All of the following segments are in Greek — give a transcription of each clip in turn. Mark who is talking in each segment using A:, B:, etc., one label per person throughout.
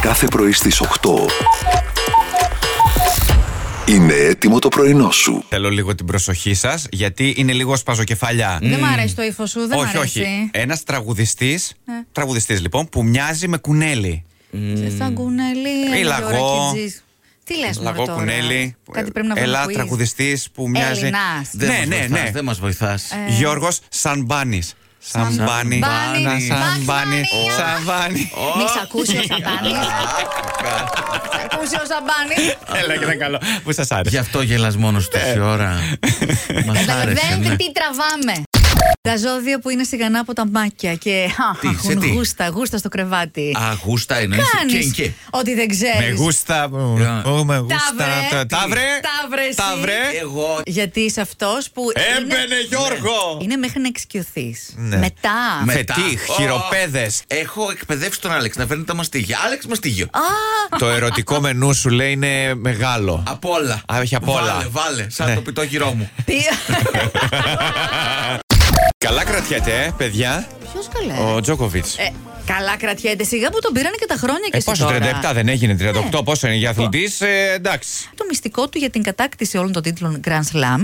A: κάθε πρωί στις 8. Είναι έτοιμο το πρωινό σου.
B: Θέλω λίγο την προσοχή σας, γιατί είναι λίγο σπαζοκεφαλιά.
C: Δεν μ' αρέσει το ύφος σου, δεν μ'
B: όχι,
C: αρέσει.
B: όχι. Ένας τραγουδιστής,
C: Ναι.
B: τραγουδιστής λοιπόν, που μοιάζει με κουνέλι.
C: Ε, Σε σαν κουνέλι,
B: Ή
C: ένα
B: Ε, λαγό.
C: λαγό. Τι λες μου
B: Λαγό κουνέλι.
C: Κάτι πρέπει να βρούμε
B: Ελά,
C: που είσαι.
B: τραγουδιστής που μοιάζει.
C: Ελληνάς.
B: Ναι,
D: μας
B: ναι,
D: βοηθάς,
B: ναι.
D: Δεν μας βοηθάς.
C: Ε.
B: Γιώργος Σαμπάνη. Σαμπάνη.
C: Σαμπάνη.
B: Σαμπάνη.
C: Σαμπάνη.
B: Σαμπάνη.
C: Μη σ' ακούσει ο Σαμπάνης. Σ' ακούσει Ε, ο Σαμπάνης.
B: Έλα και ήταν καλό. Που σας
D: Γι'
B: άρεσε.
D: αυτό γελάς μόνος
B: Ναι.
D: τόση ώρα. Μα άρεσε. ναι.
C: Καταλαβαίνετε τι τραβάμε. Τα ζώδια που είναι σιγανά από τα μάκια και
D: Τι, σε
C: έχουν
D: τι?
C: γούστα, γούστα στο κρεβάτι.
D: Αγούστα εννοεί.
C: Κάνεις ότι δεν
B: Με
C: ξέρεις.
B: γούστα. Ω, Με
C: βρε.
B: γούστα. Τα βρε.
C: Τα βρε εσύ.
B: Τα βρε.
D: Εγώ.
C: Γιατί είσαι αυτός που
B: Έμπαινε,
C: είναι- Ναι.
B: Γιώργο.
C: Είναι μέχρι να εξοικειωθείς.
B: Ναι.
C: Μετά.
D: Μετά.
B: Φετίχ, χειροπέδες.
D: Έχω εκπαιδεύσει τον Άλεξ να φέρνει τα μαστίγια. Άλεξ μαστίγιο.
B: Το ερωτικό μενού σου λέει είναι μεγάλο.
D: Απ' όλα.
B: Α, όχι, απ' όλα.
D: Βάλε, βάλε. Σαν
B: Ναι.
D: το πιτόγυρό μου.
B: Καλά κρατιέται, ε, παιδιά.
C: Ποιος καλά.
B: Ο Τζόκοβιτ.
C: Ε, καλά κρατιέται. Σιγά που τον πήραν και τα χρόνια και
B: Ε,
C: στη
B: πόσο,
C: τώρα.
B: 37 δεν έγινε, 38
C: Ναι.
B: πόσο είναι για αθλητής. Ε, εντάξει.
C: Το μυστικό του για την κατάκτηση όλων των τίτλων Grand Slam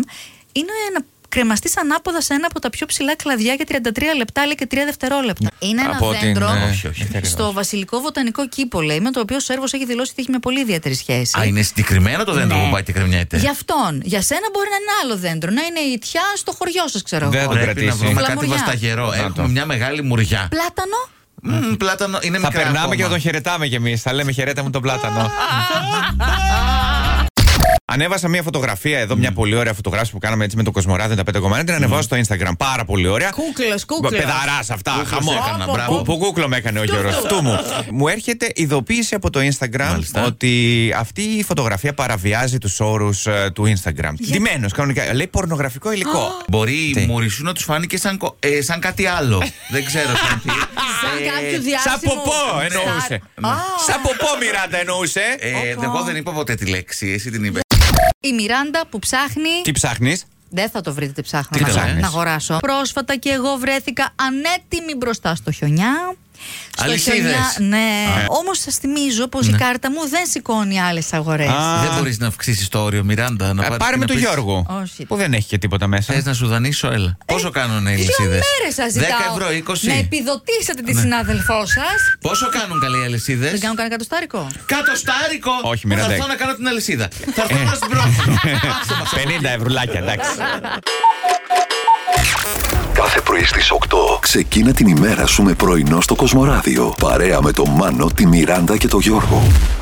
C: είναι να κρεμαστείς ανάποδα σε ένα από τα πιο ψηλά κλαδιά για 33 λεπτά αλλά και 3 δευτερόλεπτα. Είναι ένα
B: Από ότι,
C: δέντρο
B: ναι,
D: Όχι, όχι.
B: δεν
C: στο Βασιλικό Βοτανικό Κήπο, λέει, με το οποίο ο Σέρβος έχει δηλώσει ότι έχει μια πολύ ιδιαίτερη σχέση.
D: Α, είναι συγκεκριμένο το
B: Ναι.
C: Ναι.
D: δέντρο που πάει και κρεμιάται.
C: Για αυτόν. Για σένα μπορεί να είναι άλλο δέντρο. Να είναι η τιά στο χωριό σας, ξέρω
B: Δεν
C: εγώ.
B: το
D: Πρέπει να
B: κρατήσει.
D: βρούμε κάτι
C: Φλαμουριά.
D: βασταγερό. Έχουμε μια μεγάλη μουριά.
C: Πλάτανο.
D: Μμμ, Πλάτανο είναι
B: Θα
D: μικρά.
B: περνάμε
D: ακόμα.
B: και θα τον χαιρετάμε κι εμείς. Θα λέμε χαιρέτα μου τον πλάτανο. Ανέβασα μια φωτογραφία εδώ,
D: Mm.
B: μια πολύ ωραία φωτογράφηση που κάναμε έτσι με το Κοσμοράδιο τα πέντε κομμάτια. Την ανεβάζω στο Instagram. Πάρα πολύ ωραία.
C: Κούκλος, κούκλος.
B: Πεδαράς αυτά.
D: Κούκλος
B: Χαμό.
D: έκανα,
B: Που-
D: μπράβο.
B: Που κούκλο με έκανε ο Γιώργο. Αυτού μου. Μου έρχεται ειδοποίηση από το Instagram
D: Μάλιστα.
B: ότι αυτή η φωτογραφία παραβιάζει τους όρους του Instagram. Ντυμένος κανονικά. Λέει πορνογραφικό υλικό.
D: Μπορεί
B: Τι?
D: η Μουρισσού να τους φάνηκε σαν, κο- ε, σαν κάτι άλλο. Δεν ξέρω σαν τι.
C: Σαν
D: Ε,
C: κάποιο διάσημο.
B: Σαν ποπό εννοούσε.
D: Ναι.
C: Σαν- Α,
B: Σαν ποπό Μιράντα εννοούσε.
D: Ε, δε- εγώ δεν είπα ποτέ τη λέξη, εσύ την είπες.
C: Η Μιράντα που ψάχνει.
B: Τι ψάχνεις.
C: Δεν θα το βρείτε τι ψάχνω
D: Τι
C: να,
D: ψάχνεις?
C: να αγοράσω. Πρόσφατα και εγώ βρέθηκα ανέτοιμη μπροστά στο χιονιά.
D: Αλυσίδες. Ναι.
C: ναι. Όμως σας θυμίζω πως η κάρτα μου δεν σηκώνει άλλες αγορές.
D: Δεν μπορείς να αυξήσεις το όριο, Μιράντα. Να πάρεις
B: Ε, Πάρε
D: και
B: με
D: να
B: τον
D: πεις,
B: Γιώργο.
C: Όχι.
B: Που δεν έχει και τίποτα μέσα.
D: Θες να σου δανείσω, έλα. Πόσο κάνουν οι
C: Ε, Δύο
D: αλυσίδες.
C: μέρες σας ζητάω.
D: 10 ευρώ, Ναι. 20.
C: Να επιδοτήσετε τη συνάδελφό σας.
D: Πόσο κάνουν καλέ οι αλυσίδες.
C: Δεν κάνω κανένα κατοστάρικο.
D: Κάτω στάρικο.
B: Όχι,
D: Που
B: Μιράντα.
D: Θα έρθω να κάνω την αλυσίδα. Θα έρθω να σπρώξω.
B: 50 ευρουλάκια, εντάξει.
A: Κάθε πρωί στις 8. Ξεκίνα την ημέρα σου με πρωινό στο Κοσμοράδιο. Παρέα με τον Μάνο, τη Μιράντα και τον Γιώργο.